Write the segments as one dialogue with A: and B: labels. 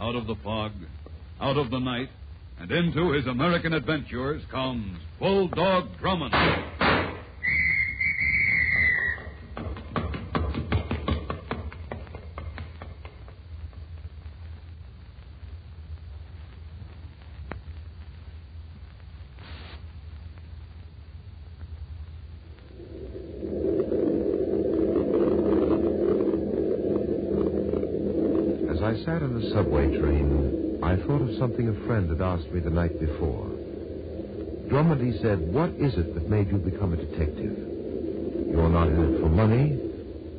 A: out of the fog, out of the night, and into his American adventures comes Bulldog Drummond.
B: As I sat in the subway train, I thought of something a friend had asked me the night before. Drummond, he said, what is it that made you become a detective? You're not in it for money,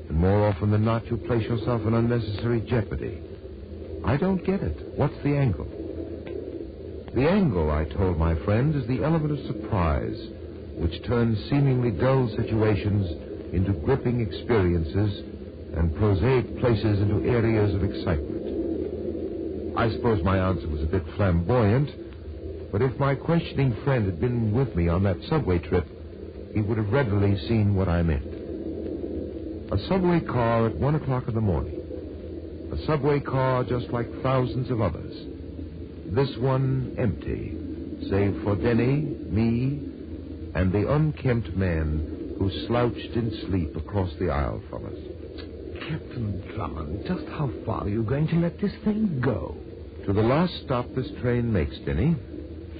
B: and more often than not, you place yourself in unnecessary jeopardy. I don't get it. What's the angle? The angle, I told my friend, is the element of surprise, which turns seemingly dull situations into gripping experiences and prosaic places into areas of excitement. I suppose my answer was a bit flamboyant, but if my questioning friend had been with me on that subway trip, he would have readily seen what I meant. A subway car at one o'clock in the morning. A subway car just like thousands of others. This one empty, save for Denny, me, and the unkempt man who slouched in sleep across the aisle from us.
C: Captain Drummond, just how far are you going to let this thing go?
B: To the last stop this train makes, Denny,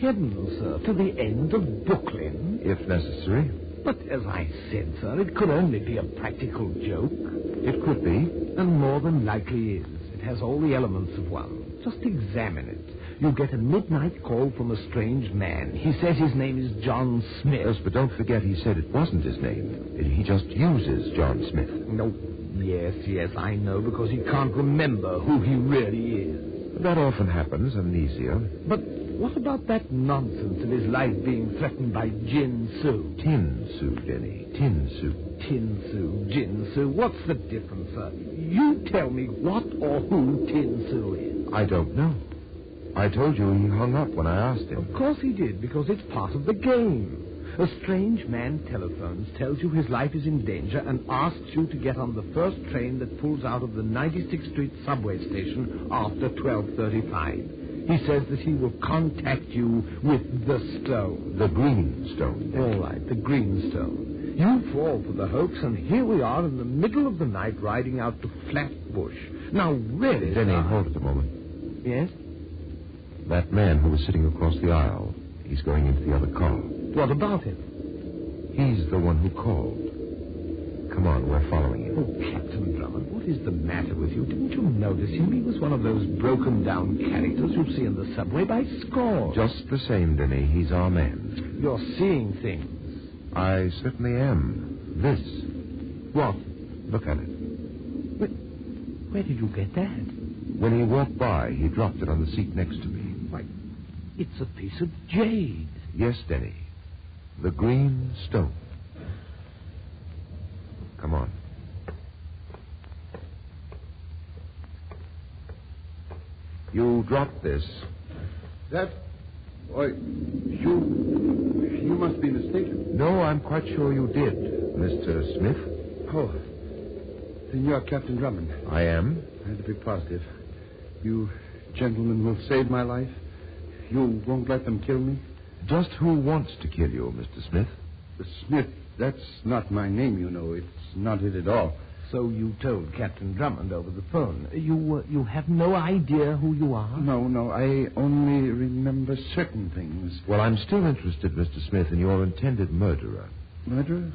C: Heaven, sir, to the end of Brooklyn.
B: if necessary.
C: But as I said, sir, it could only be a practical joke.
B: It could be.
C: And more than likely is. It has all the elements of one. Just examine it. You get a midnight call from a strange man. He says his name is John
B: Yes,
C: Smith.
B: but don't forget he said it wasn't his name. He just uses John Smith.
C: No, yes, yes, I know, because he can't remember who he really is.
B: That often happens, amnesia.
C: But what about that nonsense of his life being threatened by Jin Su?
B: Tin Sue, Denny. Tin Sue.
C: Tin Su, Jin Su, what's the difference, sir? You tell me what or who Tin Su is.
B: I don't know. I told you he hung up when I asked
C: Of
B: him.
C: course he did, because it's part of the game. A strange man telephones, tells you his life is in danger, and asks you to get on the first train that pulls out of the 96th Street subway station after 12.35. He says that he will contact you with the stone.
B: The green stone. Denny.
C: All right, the Greenstone. You fall for the hoax, and here we are in the middle of the night riding out to Flatbush. Now, really.
B: Denny,
C: sir-
B: hold it a moment.
C: Yes?
B: That man who was sitting across the aisle, he's going into the other car.
C: What about him?
B: He's the one who called. Come on, we're following him.
C: Oh, Captain Drummond, what is the matter with you? Didn't you notice him? He was one of those broken down characters you see in the subway by scores.
B: Just the same, Denny, he's our man.
C: You're seeing things.
B: I certainly am. This.
C: What?
B: Look at it.
C: Where did you get that?
B: When he walked by, he dropped it on the seat next to me.
C: It's a piece of jade.
B: Yes, Denny. The green stone. Come on. You dropped this.
D: That. Why, you. You must be mistaken.
B: No, I'm quite sure you did, Mr. Smith.
D: Oh. Then you are Captain Drummond.
B: I am.
D: I had to be positive. You gentlemen will save my life. You won't let them kill me.
B: Just who wants to kill you, Mr. Smith?
D: Smith, that's not my name, you know. It's not it at all.
C: So you told Captain Drummond over the phone. You, uh, you have no idea who you are?
D: No, no, I only remember certain things.
B: Well, I'm still interested, Mr. Smith, in your intended murderer.
D: Murderer?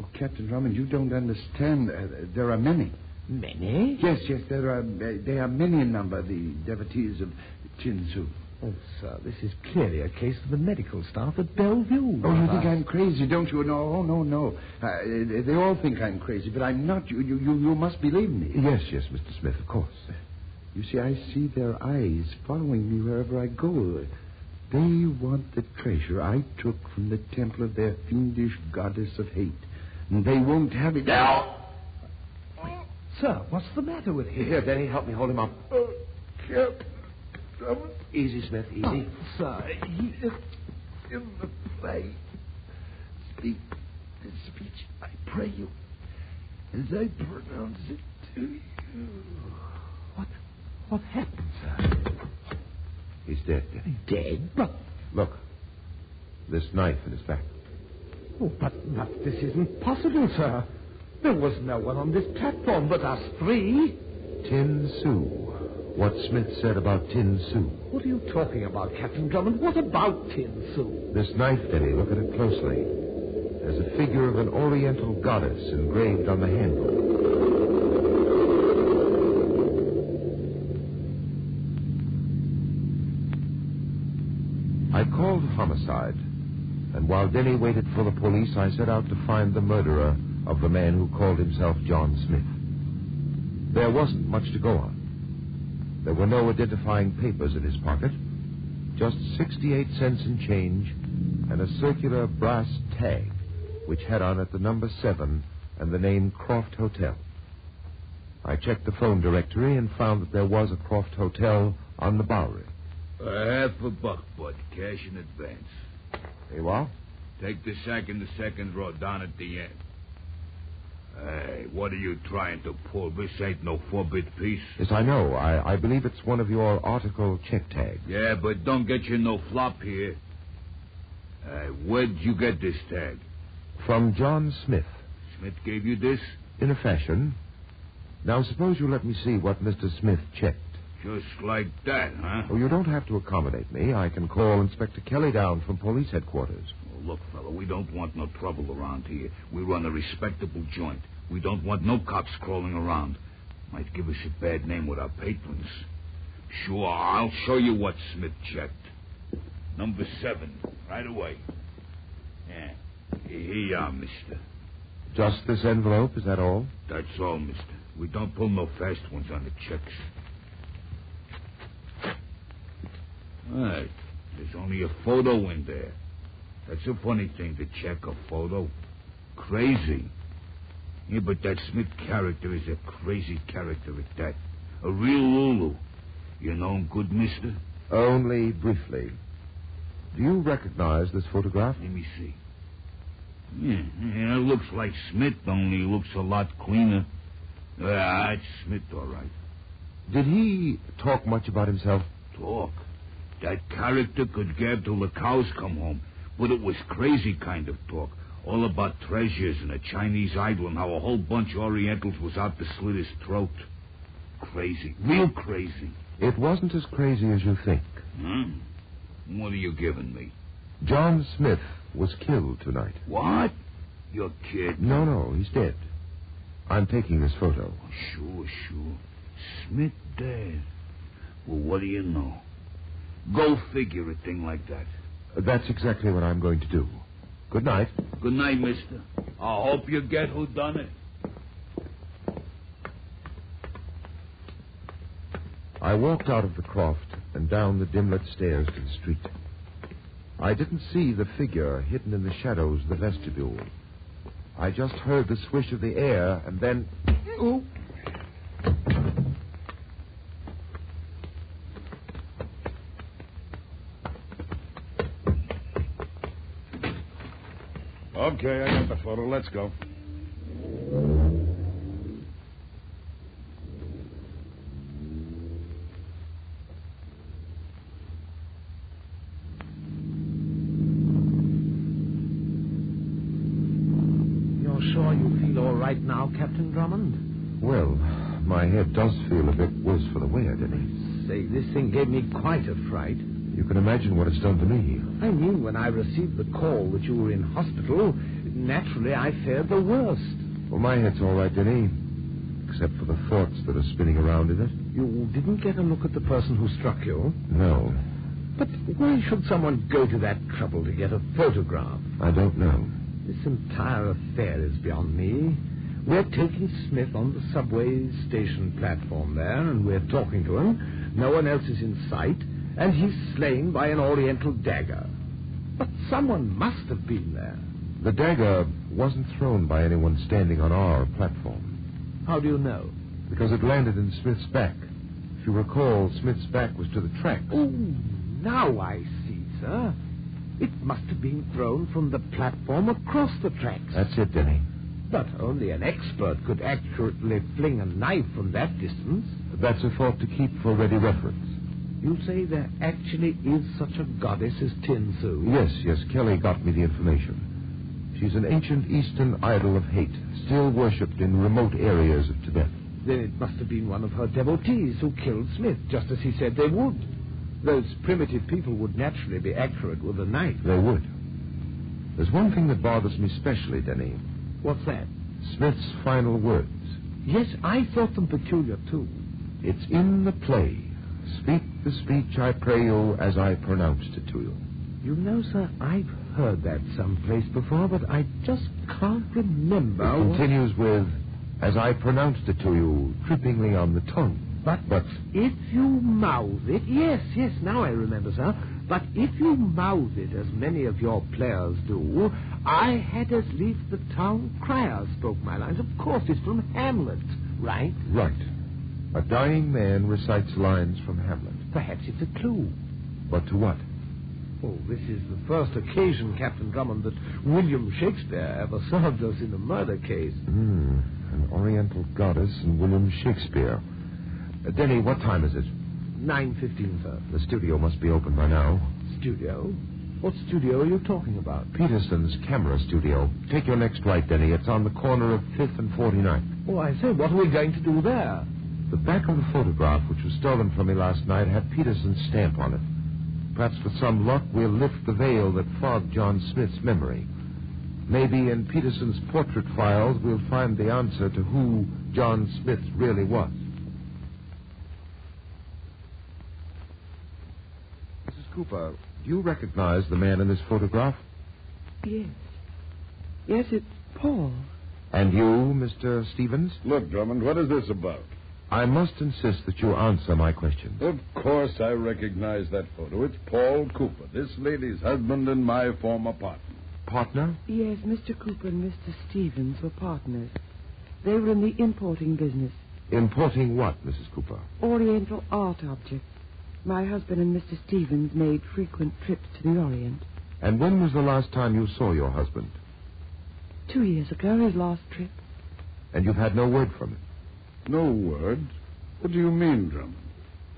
D: Oh, Captain Drummond, you don't understand. Uh, there are many.
C: Many?
D: Yes, yes, there are. they are many in number. The devotees of Chin Tzu.
C: Oh, sir, this is clearly a case of the medical staff at Bellevue.
D: Oh, you
C: Papa.
D: think I'm crazy, don't you? No, oh, no, no. Uh, they all think I'm crazy, but I'm not. You, you, you, you must believe me.
B: Yes, yes, Mr. Smith, of course.
D: You see, I see their eyes following me wherever I go. They want the treasure I took from the temple of their fiendish goddess of hate. And they won't have it. Now!
C: Sir, what's the matter with him?
B: Here, Denny, help me hold him up.
D: Oh,
B: Easy, Smith, easy.
C: Oh, sir, he...
D: In the play, speak this speech, I pray you, as I pronounce it to you.
C: What, what happened, sir?
B: He's dead. Denny.
C: Dead? But,
B: Look, this knife in his back.
C: oh, but, but this isn't possible, sir. There was no one on this platform but us three.
B: Tin Sue. What Smith said about Tin Sue.
C: What are you talking about, Captain Drummond? What about Tin Sue?
B: This knife, Denny, look at it closely. There's a figure of an oriental goddess engraved on the handle. I called homicide, and while Denny waited for the police, I set out to find the murderer of the man who called himself John Smith. There wasn't much to go on. There were no identifying papers in his pocket, just 68 cents in change and a circular brass tag which had on it the number 7 and the name Croft Hotel. I checked the phone directory and found that there was a Croft Hotel on the Bowery.
A: A half a buck, bud. Cash in advance.
B: Hey, what?
A: Take the sack in the second row down at the end. Hey, what are you trying to pull? This ain't no four-bit piece.
B: Yes, I know. I, I believe it's one of your article check tags.
A: Yeah, but don't get you no flop here. Hey, where'd you get this tag?
B: From John Smith,
A: Smith gave you this?
B: in a fashion. Now, suppose you let me see what Mr. Smith checked.
A: Just like that, huh?
B: Oh, you don't have to accommodate me. I can call Inspector Kelly down from police headquarters.
A: Well, Oh, look, fella, we don't want no trouble around here. We run a respectable joint. We don't want no cops crawling around. Might give us a bad name with our patrons. Sure, I'll show you what Smith checked. Number seven, right away. Yeah. Here you are, mister.
B: Just this envelope, is that all?
A: That's all, mister. We don't pull no fast ones on the checks. All right. There's only a photo in there. That's a funny thing to check a photo. Crazy. Yeah, but that Smith character is a crazy character at that. A real Lulu. You know him good, mister?
B: Only briefly. Do you recognize this photograph?
A: Let me see. Yeah, yeah, it looks like Smith, only he looks a lot cleaner. Ah, it's Smith, all right.
B: Did he talk much about himself?
A: Talk. That character could gab till the cows come home, but it was crazy kind of talk. All about treasures and a Chinese idol and how a whole bunch of Orientals was out to slit his throat. Crazy. Real crazy.
B: It wasn't as crazy as you think.
A: Huh? What are you giving me?
B: John Smith was killed tonight.
A: What? You're kidding.
B: No, no, he's dead. I'm taking this photo.
A: Sure, sure. Smith dead. Well, what do you know? Go figure a thing like that.
B: That's exactly what I'm going to do. Good night.
A: Good night, mister. I hope you get who done it.
B: I walked out of the croft and down the dim-lit stairs to the street. I didn't see the figure hidden in the shadows of the vestibule. I just heard the swish of the air and then. Oh.
E: Okay, I got the photo. Let's go.
C: You're sure you feel all right now, Captain Drummond?
B: Well, my head does feel a bit worse for the wear, Denny.
C: Say, this thing gave me quite a fright.
B: You can imagine what it's done to me.
C: I knew when I received the call that you were in hospital, naturally I feared the worst.
B: Well, my head's all right, Denny. Except for the thoughts that are spinning around in it.
C: You didn't get a look at the person who struck you.
B: No,
C: But why should someone go to that trouble to get a photograph?
B: I don't know.
C: This entire affair is beyond me. We're taking Smith on the subway station platform there, and we're talking to him. No one else is in sight, and he's slain by an oriental dagger. But someone must have been there.
B: The dagger wasn't thrown by anyone standing on our platform.
C: How do you know?
B: Because it landed in Smith's back. If you recall, Smith's back was to the tracks.
C: Oh, now I see, sir. It must have been thrown from the platform across the tracks.
B: That's it, Denny.
C: But only an expert could accurately fling a knife from that distance.
B: That's a thought to keep for ready reference.
C: You say there actually is such a goddess as Tin Su?
B: Yes, yes, Kelly got me the information. She's an ancient Eastern idol of hate, still worshipped in remote areas of Tibet.
C: Then it must have been one of her devotees who killed Smith, just as he said they would. Those primitive people would naturally be accurate with a knife.
B: They would. There's one thing that bothers me specially, Denny.
C: What's that?
B: Smith's final words.
C: Yes, I thought them peculiar, too.
B: It's in the play. Speak the speech I pray you as I pronounced it to you.
C: You know, sir, I've heard that someplace before, but I just can't remember.
B: It
C: what-
B: continues with, as I pronounced it to you, trippingly on the tongue.
C: But,
B: But-
C: if you mouth it, yes, yes, now I remember, sir. But if you mouth it as many of your players do, I had as lief the town crier spoke my lines. Of course, it's from Hamlet, right?
B: Right. A dying man recites lines from Hamlet.
C: Perhaps it's a clue.
B: But to what?
C: Oh, this is the first occasion, Captain Drummond, that William Shakespeare ever served us in a murder case.
B: Hmm. An Oriental goddess and William Shakespeare. Uh, Denny, what time is it?
C: Nine fifteen, sir.
B: The studio must be open by now.
C: Studio? What studio are you talking about?
B: Peterson's camera studio. Take your next right, Denny. It's on the corner of 5th and 49th.
C: Oh, I say, what are we going to do there?
B: The back of the photograph, which was stolen from me last night, had Peterson's stamp on it. Perhaps with some luck, we'll lift the veil that fogged John Smith's memory. Maybe in Peterson's portrait files, we'll find the answer to who John Smith really was. Mrs. Cooper, do you recognize the man in this photograph?
F: Yes. Yes, it's Paul.
B: And you, Mr. Stevens?
E: Look, Drummond, what is this about?
B: I must insist that you answer my question.
E: Of course I recognize that photo. It's Paul Cooper, this lady's husband and my former partner.
B: Partner?
F: Yes, Mr. Cooper and Mr. Stevens were partners. They were in the importing business,
B: Importing what, Mrs. Cooper?
F: Oriental art objects. My husband and Mr. Stevens made frequent trips to the Orient.
B: And when was the last time you saw your husband?
F: Two years ago, his last trip.
B: And you've had no word from him.
E: No word. What do you mean, Drummond?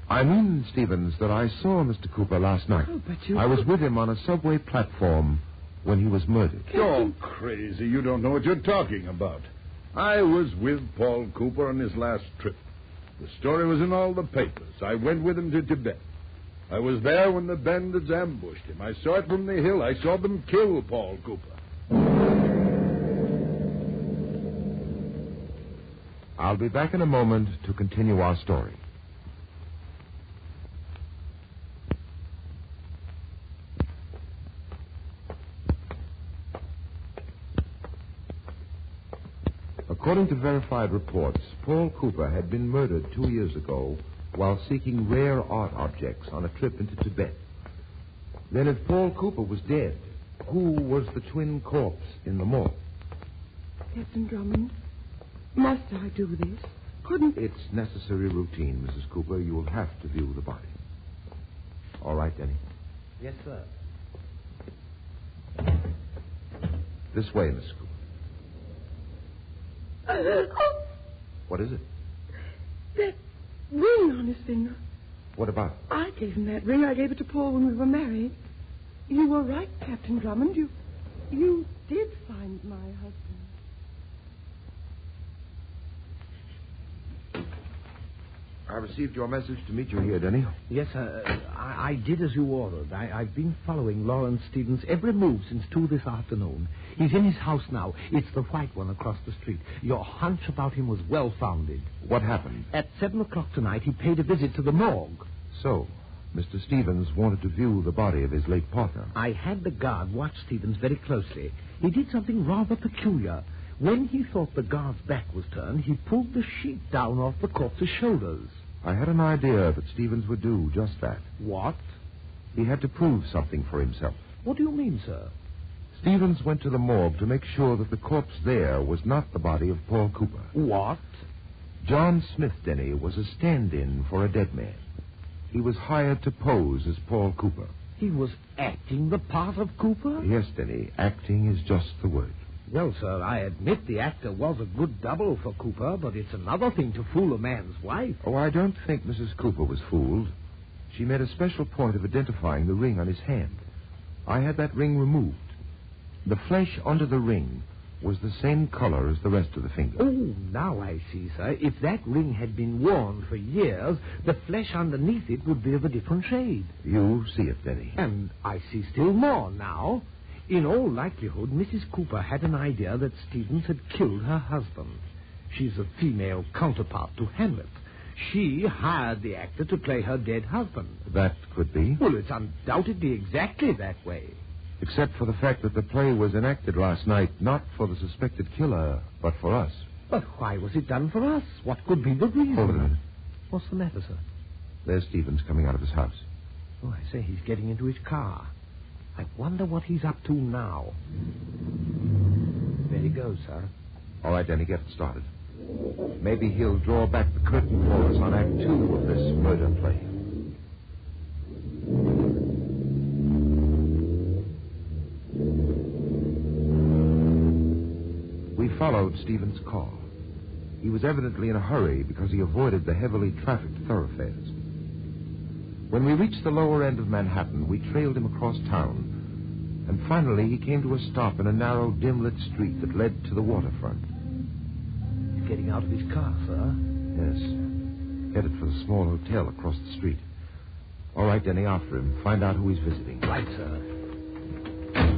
B: I mean, Stevens, that I saw Mr. Cooper last night.
F: Oh, but you.
B: I was with him on a subway platform when he was murdered.
E: You're crazy. You don't know what you're talking about. I was with Paul Cooper on his last trip. The story was in all the papers. I went with him to Tibet. I was there when the bandits ambushed him. I saw it from the hill. I saw them kill Paul Cooper.
B: I'll be back in a moment to continue our story. According to verified reports, Paul Cooper had been murdered two years ago while seeking rare art objects on a trip into Tibet. Then, if Paul Cooper was dead, who was the twin corpse in the morgue?
F: Captain Drummond, must I do this? Couldn't.
B: It's necessary routine, Mrs. Cooper. You will have to view the body. All right, Denny.
C: Yes, sir.
B: This way, Mrs. Cooper.
F: Oh,
B: What is it?
F: that ring on his finger.
B: What about it?
F: I gave him that ring. I gave it to Paul when we were married. You were right, Captain Drummond. You, you did find my husband.
B: I received your message to meet you here, Denny.
C: Yes, sir. I, I did as you ordered. I, I've been following Lawrence Stevens' every move since two this afternoon. He's in his house now. It's the white one across the street. Your hunch about him was well founded.
B: What happened?
C: At seven o'clock tonight, he paid a visit to the morgue.
B: So, Mr. Stevens wanted to view the body of his late partner.
C: I had the guard watch Stevens very closely. He did something rather peculiar. When he thought the guard's back was turned, he pulled the sheet down off the corpse's shoulders.
B: I had an idea that Stevens would do just that.
C: What?
B: He had to prove something for himself.
C: What do you mean, sir?
B: Stevens went to the morgue to make sure that the corpse there was not the body of Paul Cooper.
C: What?
B: John Smith Denny was a stand in for a dead man. He was hired to pose as Paul Cooper.
C: He was acting the part of Cooper?
B: Yes, Denny, acting is just the word.
C: Well, sir, I admit the actor was a good double for Cooper, but it's another thing to fool a man's wife.
B: Oh, I don't think Mrs. Cooper was fooled. She made a special point of identifying the ring on his hand. I had that ring removed. The flesh under the ring was the same color as the rest of the finger.
C: Oh, now I see, sir. If that ring had been worn for years, the flesh underneath it would be of a different shade.
B: You see it, Betty.
C: And I see still more now. In all likelihood, Mrs. Cooper had an idea that Stevens had killed her husband. She's the female counterpart to Hamlet. She hired the actor to play her dead husband.
B: That could be.
C: Well, it's undoubtedly exactly that way.
B: Except for the fact that the play was enacted last night, not for the suspected killer, but for us.
C: But why was it done for us? What could be the reason?
B: Hold it a minute.
C: What's the matter, sir?
B: There's Stevens coming out of his house.
C: Oh, I say, he's getting into his car. I wonder what he's up to now. There he goes, sir.
B: All right, Danny, get it started. Maybe he'll draw back the curtain for us on Act Two of this murder play. We followed Stephen's call. He was evidently in a hurry because he avoided the heavily trafficked thoroughfares. When we reached the lower end of Manhattan, we trailed him across town, and finally he came to a stop in a narrow, dim lit street that led to the waterfront.
C: He's getting out of his car, sir.
B: Yes. Headed for the small hotel across the street. All right, Denny, after him. Find out who he's visiting.
C: Right, sir.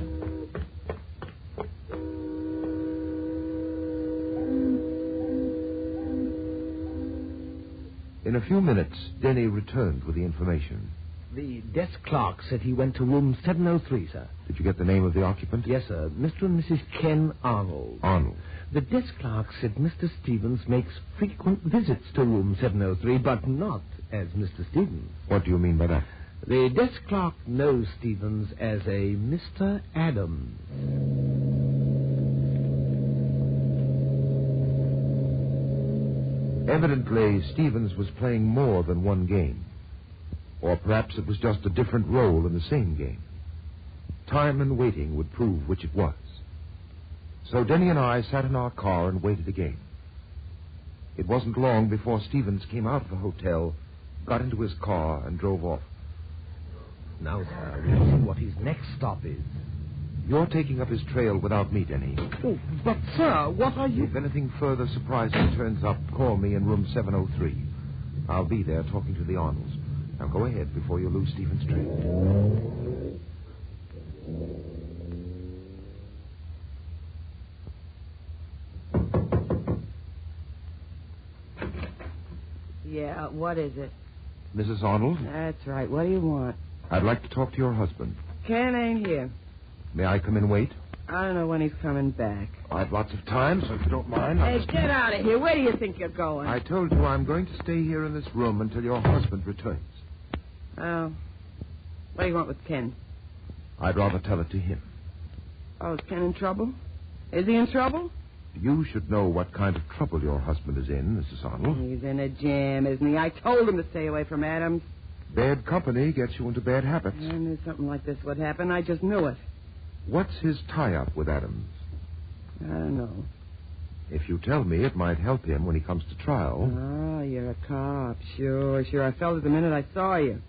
B: In a few minutes, Denny returned with the information.
C: The desk clerk said he went to room 703, sir.
B: Did you get the name of the occupant?
C: Yes, sir. Mr. and Mrs. Ken Arnold.
B: Arnold.
C: The desk clerk said Mr. Stevens makes frequent visits to room 703, but not as Mr. Stevens.
B: What do you mean by that?
C: The desk clerk knows Stevens as a Mr. Adams.
B: Evidently, Stevens was playing more than one game. Or perhaps it was just a different role in the same game. Time and waiting would prove which it was. So Denny and I sat in our car and waited again. It wasn't long before Stevens came out of the hotel, got into his car, and drove off.
C: Now, sir, we'll see what his next stop is.
B: You're taking up his trail without me, Denny.
C: Oh, but, sir, what are
B: If anything further surprising turns up, call me in room 703. I'll be there talking to the Arnolds. Now go ahead before you lose Stephen's trail.
G: Yeah, what is it?
B: Mrs. Arnold,
G: That's right. What do you want?
B: I'd like to talk to your husband.
G: Ken ain't here.
B: May I come and wait?
G: I don't know when he's coming back.
B: I've lots of time, so if you don't mind. I'll
G: Hey,
B: just-
G: get out of here. Where do you think you're going?
B: I told you I'm going to stay here in this room until your husband returns.
G: Oh. What do you want with Ken?
B: I'd rather tell it to him.
G: Oh, is Ken in trouble? Is he in trouble?
B: You should know what kind of trouble your husband is in, Mrs. Arnold.
G: He's in a jam, isn't he? I told him to stay away from Adams.
B: Bad company gets you into bad habits.
G: I knew something like this would happen. I just knew it.
B: What's his tie up with Adams?
G: I don't know.
B: If you tell me, it might help him when he comes to trial.
G: Oh, you're a cop. Sure, sure. I felt it the minute I saw you.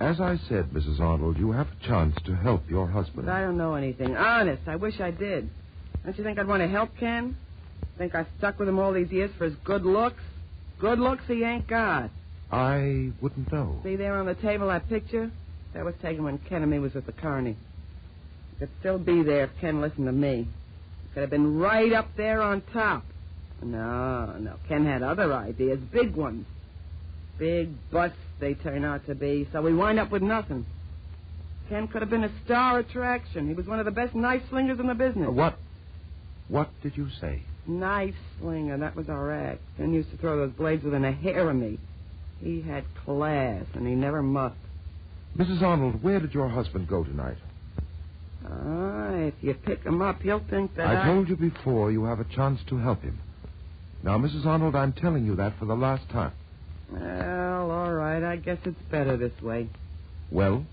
B: As I said, Mrs. Arnold, you have a chance to help your husband.
G: But I don't know anything. Honest, I wish I did. Don't you think I'd want to help Ken? Think I stuck with him all these years for his good looks? Good looks he ain't got.
B: I wouldn't know.
G: See there on the table that picture? That was taken when Ken and me was with the carney. It could still be there if Ken listened to me. It could have been right up there on top. No, no. Ken had other ideas, big ones. Big busts they turn out to be, so we wind up with nothing. Ken could have been a star attraction. He was one of the best knife slingers in the business.
B: What? What did you say?
G: Knife slinger, that was our act. Ken used to throw those blades within a hair of me. He had class, and he never muffed.
B: Mrs. Arnold, where did your husband go tonight?
G: Ah, if you pick him up, he'll think that
B: I told you before you have a chance to help him. Now, Mrs. Arnold, I'm telling you that for the last time.
G: Well, all right. I guess it's better this way.
B: Well,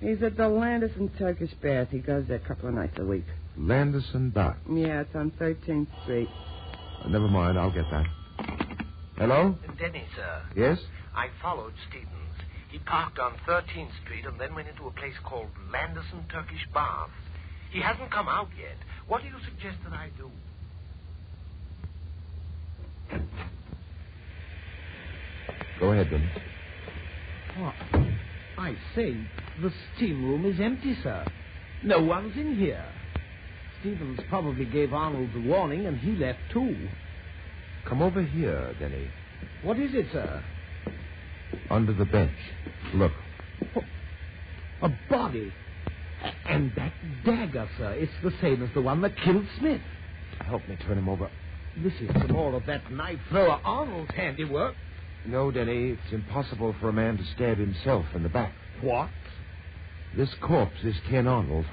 G: He's at the Landis Turkish Bath. He goes there a couple of nights a week.
B: Landison Dock.
G: Yeah, it's on 13th Street.
B: Uh, Never mind, I'll get that. Hello?
C: Denny, sir.
B: Yes?
C: I followed Stevens.
H: He parked on 13th Street and then went into a place called Landerson Turkish Bath. He hasn't come out yet. What do you suggest that I do?
B: Go ahead, then.
C: What? I say, the steam room is empty, sir. No one's in here. Stevens probably gave Arnold the warning, and he left too.
B: Come over here, Denny.
C: What is it, sir?
B: Under the bench. Look.
C: A body. A- And that dagger, sir, it's the same as the one that killed Smith.
B: Help me turn him over.
C: This is some more of that knife thrower Arnold's handiwork.
B: No, Denny, it's impossible for a man to stab himself in the back.
C: What?
B: This corpse is Ken Arnold.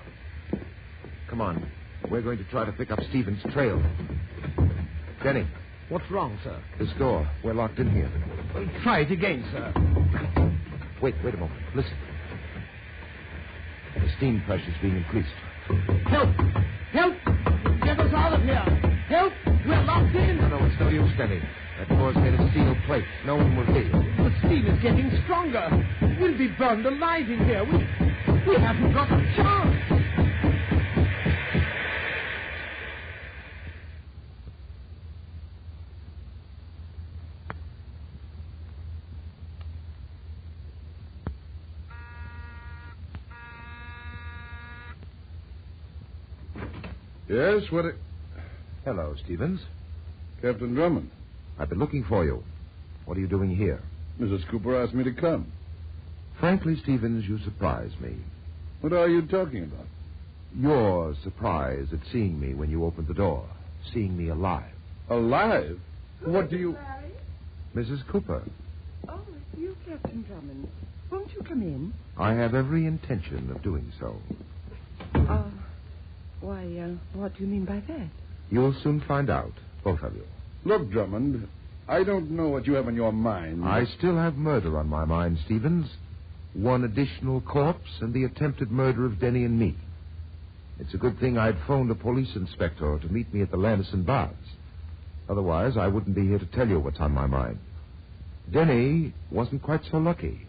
B: Come on. We're going to try to pick up Stevens' trail. Denny,
C: What's wrong, sir?
B: this door. We're locked in here.
C: Well, try it again, sir.
B: Wait, wait a moment. Listen. The steam pressure's being increased.
C: Help! Help! Get us out of here! Help! We're locked in!
B: No, it's no use, Denny. That door's made of steel plate. No one will leave.
C: The steam is getting stronger. We'll be burned alive in here. We, we haven't got a chance.
E: Yes, what? A...
B: Hello, Stevens.
E: Captain Drummond.
B: I've been looking for you. What are you doing here?
E: Mrs. Cooper asked me to come.
B: Frankly, Stevens, you surprise me.
E: What are you talking about?
B: You're surprised at seeing me when you opened the door, seeing me alive.
E: Alive? What do you?
F: Larry?
B: Mrs. Cooper,
F: Oh, it's you, Captain Drummond. Won't you come in?
B: I have every intention of doing so.
F: Uh, why, uh, what do you mean by that?
B: You'll soon find out, both of you.
E: Look, Drummond. I don't know what you have in your mind.
B: I still have murder on my mind, Stevens. One additional corpse and the attempted murder of Denny and me. It's a good thing I'd phoned a police inspector to meet me at the Landerson Baths. Otherwise, I wouldn't be here to tell you what's on my mind. Denny wasn't quite so lucky.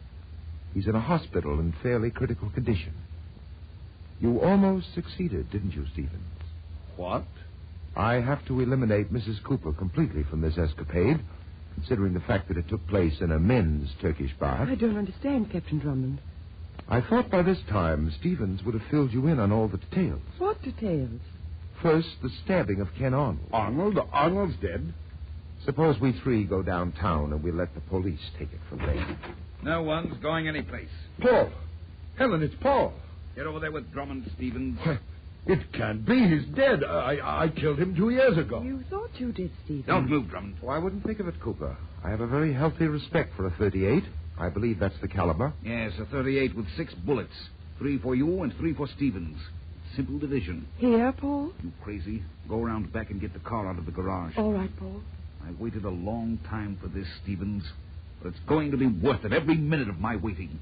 B: He's in a hospital in fairly critical condition. You almost succeeded, didn't you, Stevens?
E: What?
B: I have to eliminate Mrs. Cooper completely from this escapade, considering the fact that it took place in a men's Turkish bath.
F: I don't understand, Captain Drummond.
B: I thought by this time Stevens would have filled you in on all the details.
F: What details?
B: First, the stabbing of Ken Arnold.
E: Arnold? Arnold's dead.
B: Suppose we three go downtown and we let the police take it from there.
A: No one's going anyplace.
E: Paul. Helen, it's Paul.
A: Get over there with Drummond Stevens.
E: It can't be. He's dead. I, I killed him two years ago.
F: You thought you did, Stephen.
A: Don't move, Drummond.
B: Oh, I wouldn't think of it, Cooper. I have a very healthy respect for a 38. I believe that's the caliber.
A: Yes, a 38 with six bullets. Three for you and three for Stevens. Simple division.
F: Here, Paul?
A: You crazy? Go around back and get the car out of the garage.
F: All right, Paul.
A: I waited a long time for this, Stevens. But it's going to be worth it, every minute of my waiting.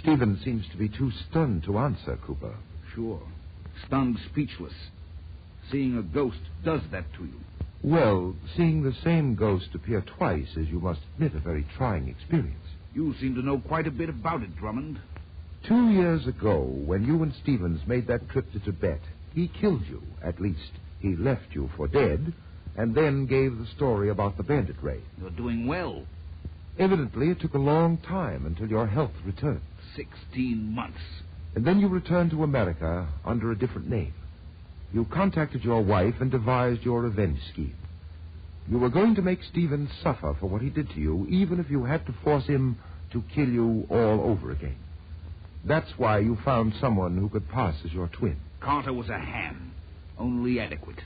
B: Stevens seems to be too stunned to answer, Cooper.
A: Sure. Stunned, speechless. Seeing a ghost does that to you.
B: Well, seeing the same ghost appear twice is, you must admit, a very trying experience.
A: You seem to know quite a bit about it, Drummond.
B: Two years ago, when you and Stevens made that trip to Tibet, he killed you, at least. He left you for dead, and then gave the story about the bandit raid.
A: You're doing well.
B: Evidently, it took a long time until your health returned.
A: Sixteen months.
B: And then you returned to America under a different name. You contacted your wife and devised your revenge scheme. You were going to make Stevens suffer for what he did to you, even if you had to force him to kill you all over again. That's why you found someone who could pass as your twin.
A: Carter was a ham. Only adequate.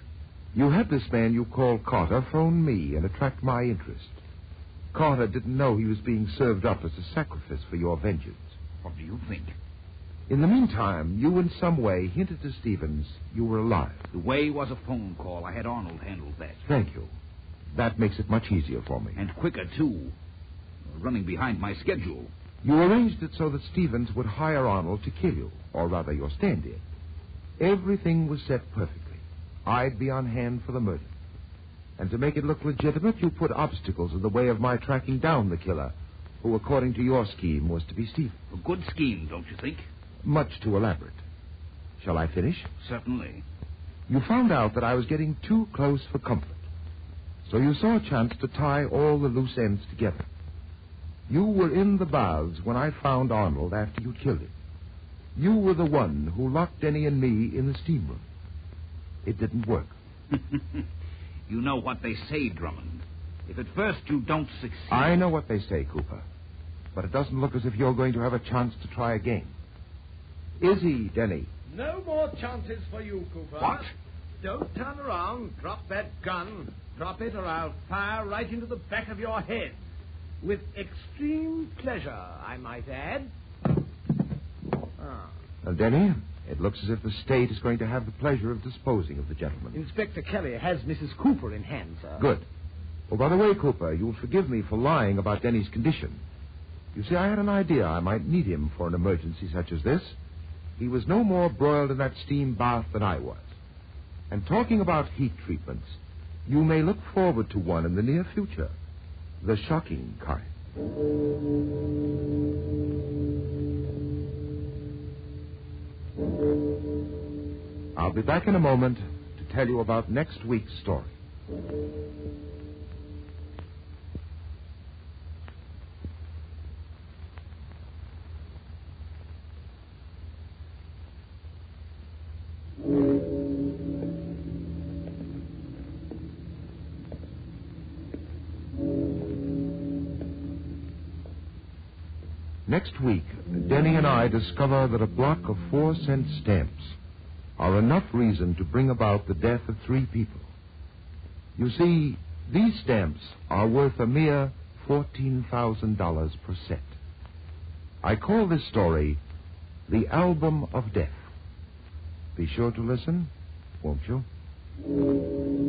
B: You had this man you call Carter phone me and attract my interest. Carter didn't know he was being served up as a sacrifice for your vengeance.
A: What do you think?
B: In the meantime, you in some way hinted to Stevens you were alive.
A: The way was a phone call. I had Arnold handle that.
B: Thank you. That makes it much easier for me.
A: And quicker, too. Running behind my schedule.
B: You arranged it so that Stevens would hire Arnold to kill you, or rather your stand-in. Everything was set perfectly. I'd be on hand for the murder. And to make it look legitimate, you put obstacles in the way of my tracking down the killer, who, according to your scheme, was to be Stephen.
A: A good scheme, don't you think?
B: Much too elaborate. Shall I finish?
A: Certainly.
B: You found out that I was getting too close for comfort. So you saw a chance to tie all the loose ends together. You were in the baths when I found Arnold after you killed him. You were the one who locked Denny and me in the steam room. It didn't work.
A: you know what they say, Drummond. If at first you don't succeed.
B: I know what they say, Cooper. But it doesn't look as if you're going to have a chance to try again. Is he, Denny?
I: No more chances for you, Cooper.
A: What?
I: Don't turn around. Drop that gun. Drop it, or I'll fire right into the back of your head. With extreme pleasure, I might add. Ah.
B: Now, Denny, it looks as if the state is going to have the pleasure of disposing of the gentleman.
I: Inspector Kelly has Mrs. Cooper in hand, sir.
B: Good. Oh, by the way, Cooper, you'll forgive me for lying about Denny's condition. You see, I had an idea I might need him for an emergency such as this. He was no more broiled in that steam bath than I was. And talking about heat treatments, you may look forward to one in the near future. The shocking kind. I'll be back in a moment to tell you about next week's story. Next week, Denny and I discover that a block of four cent stamps are enough reason to bring about the death of three people. You see, these stamps are worth a mere $14,000 per set. I call this story The Album of Death. Be sure to listen, won't you?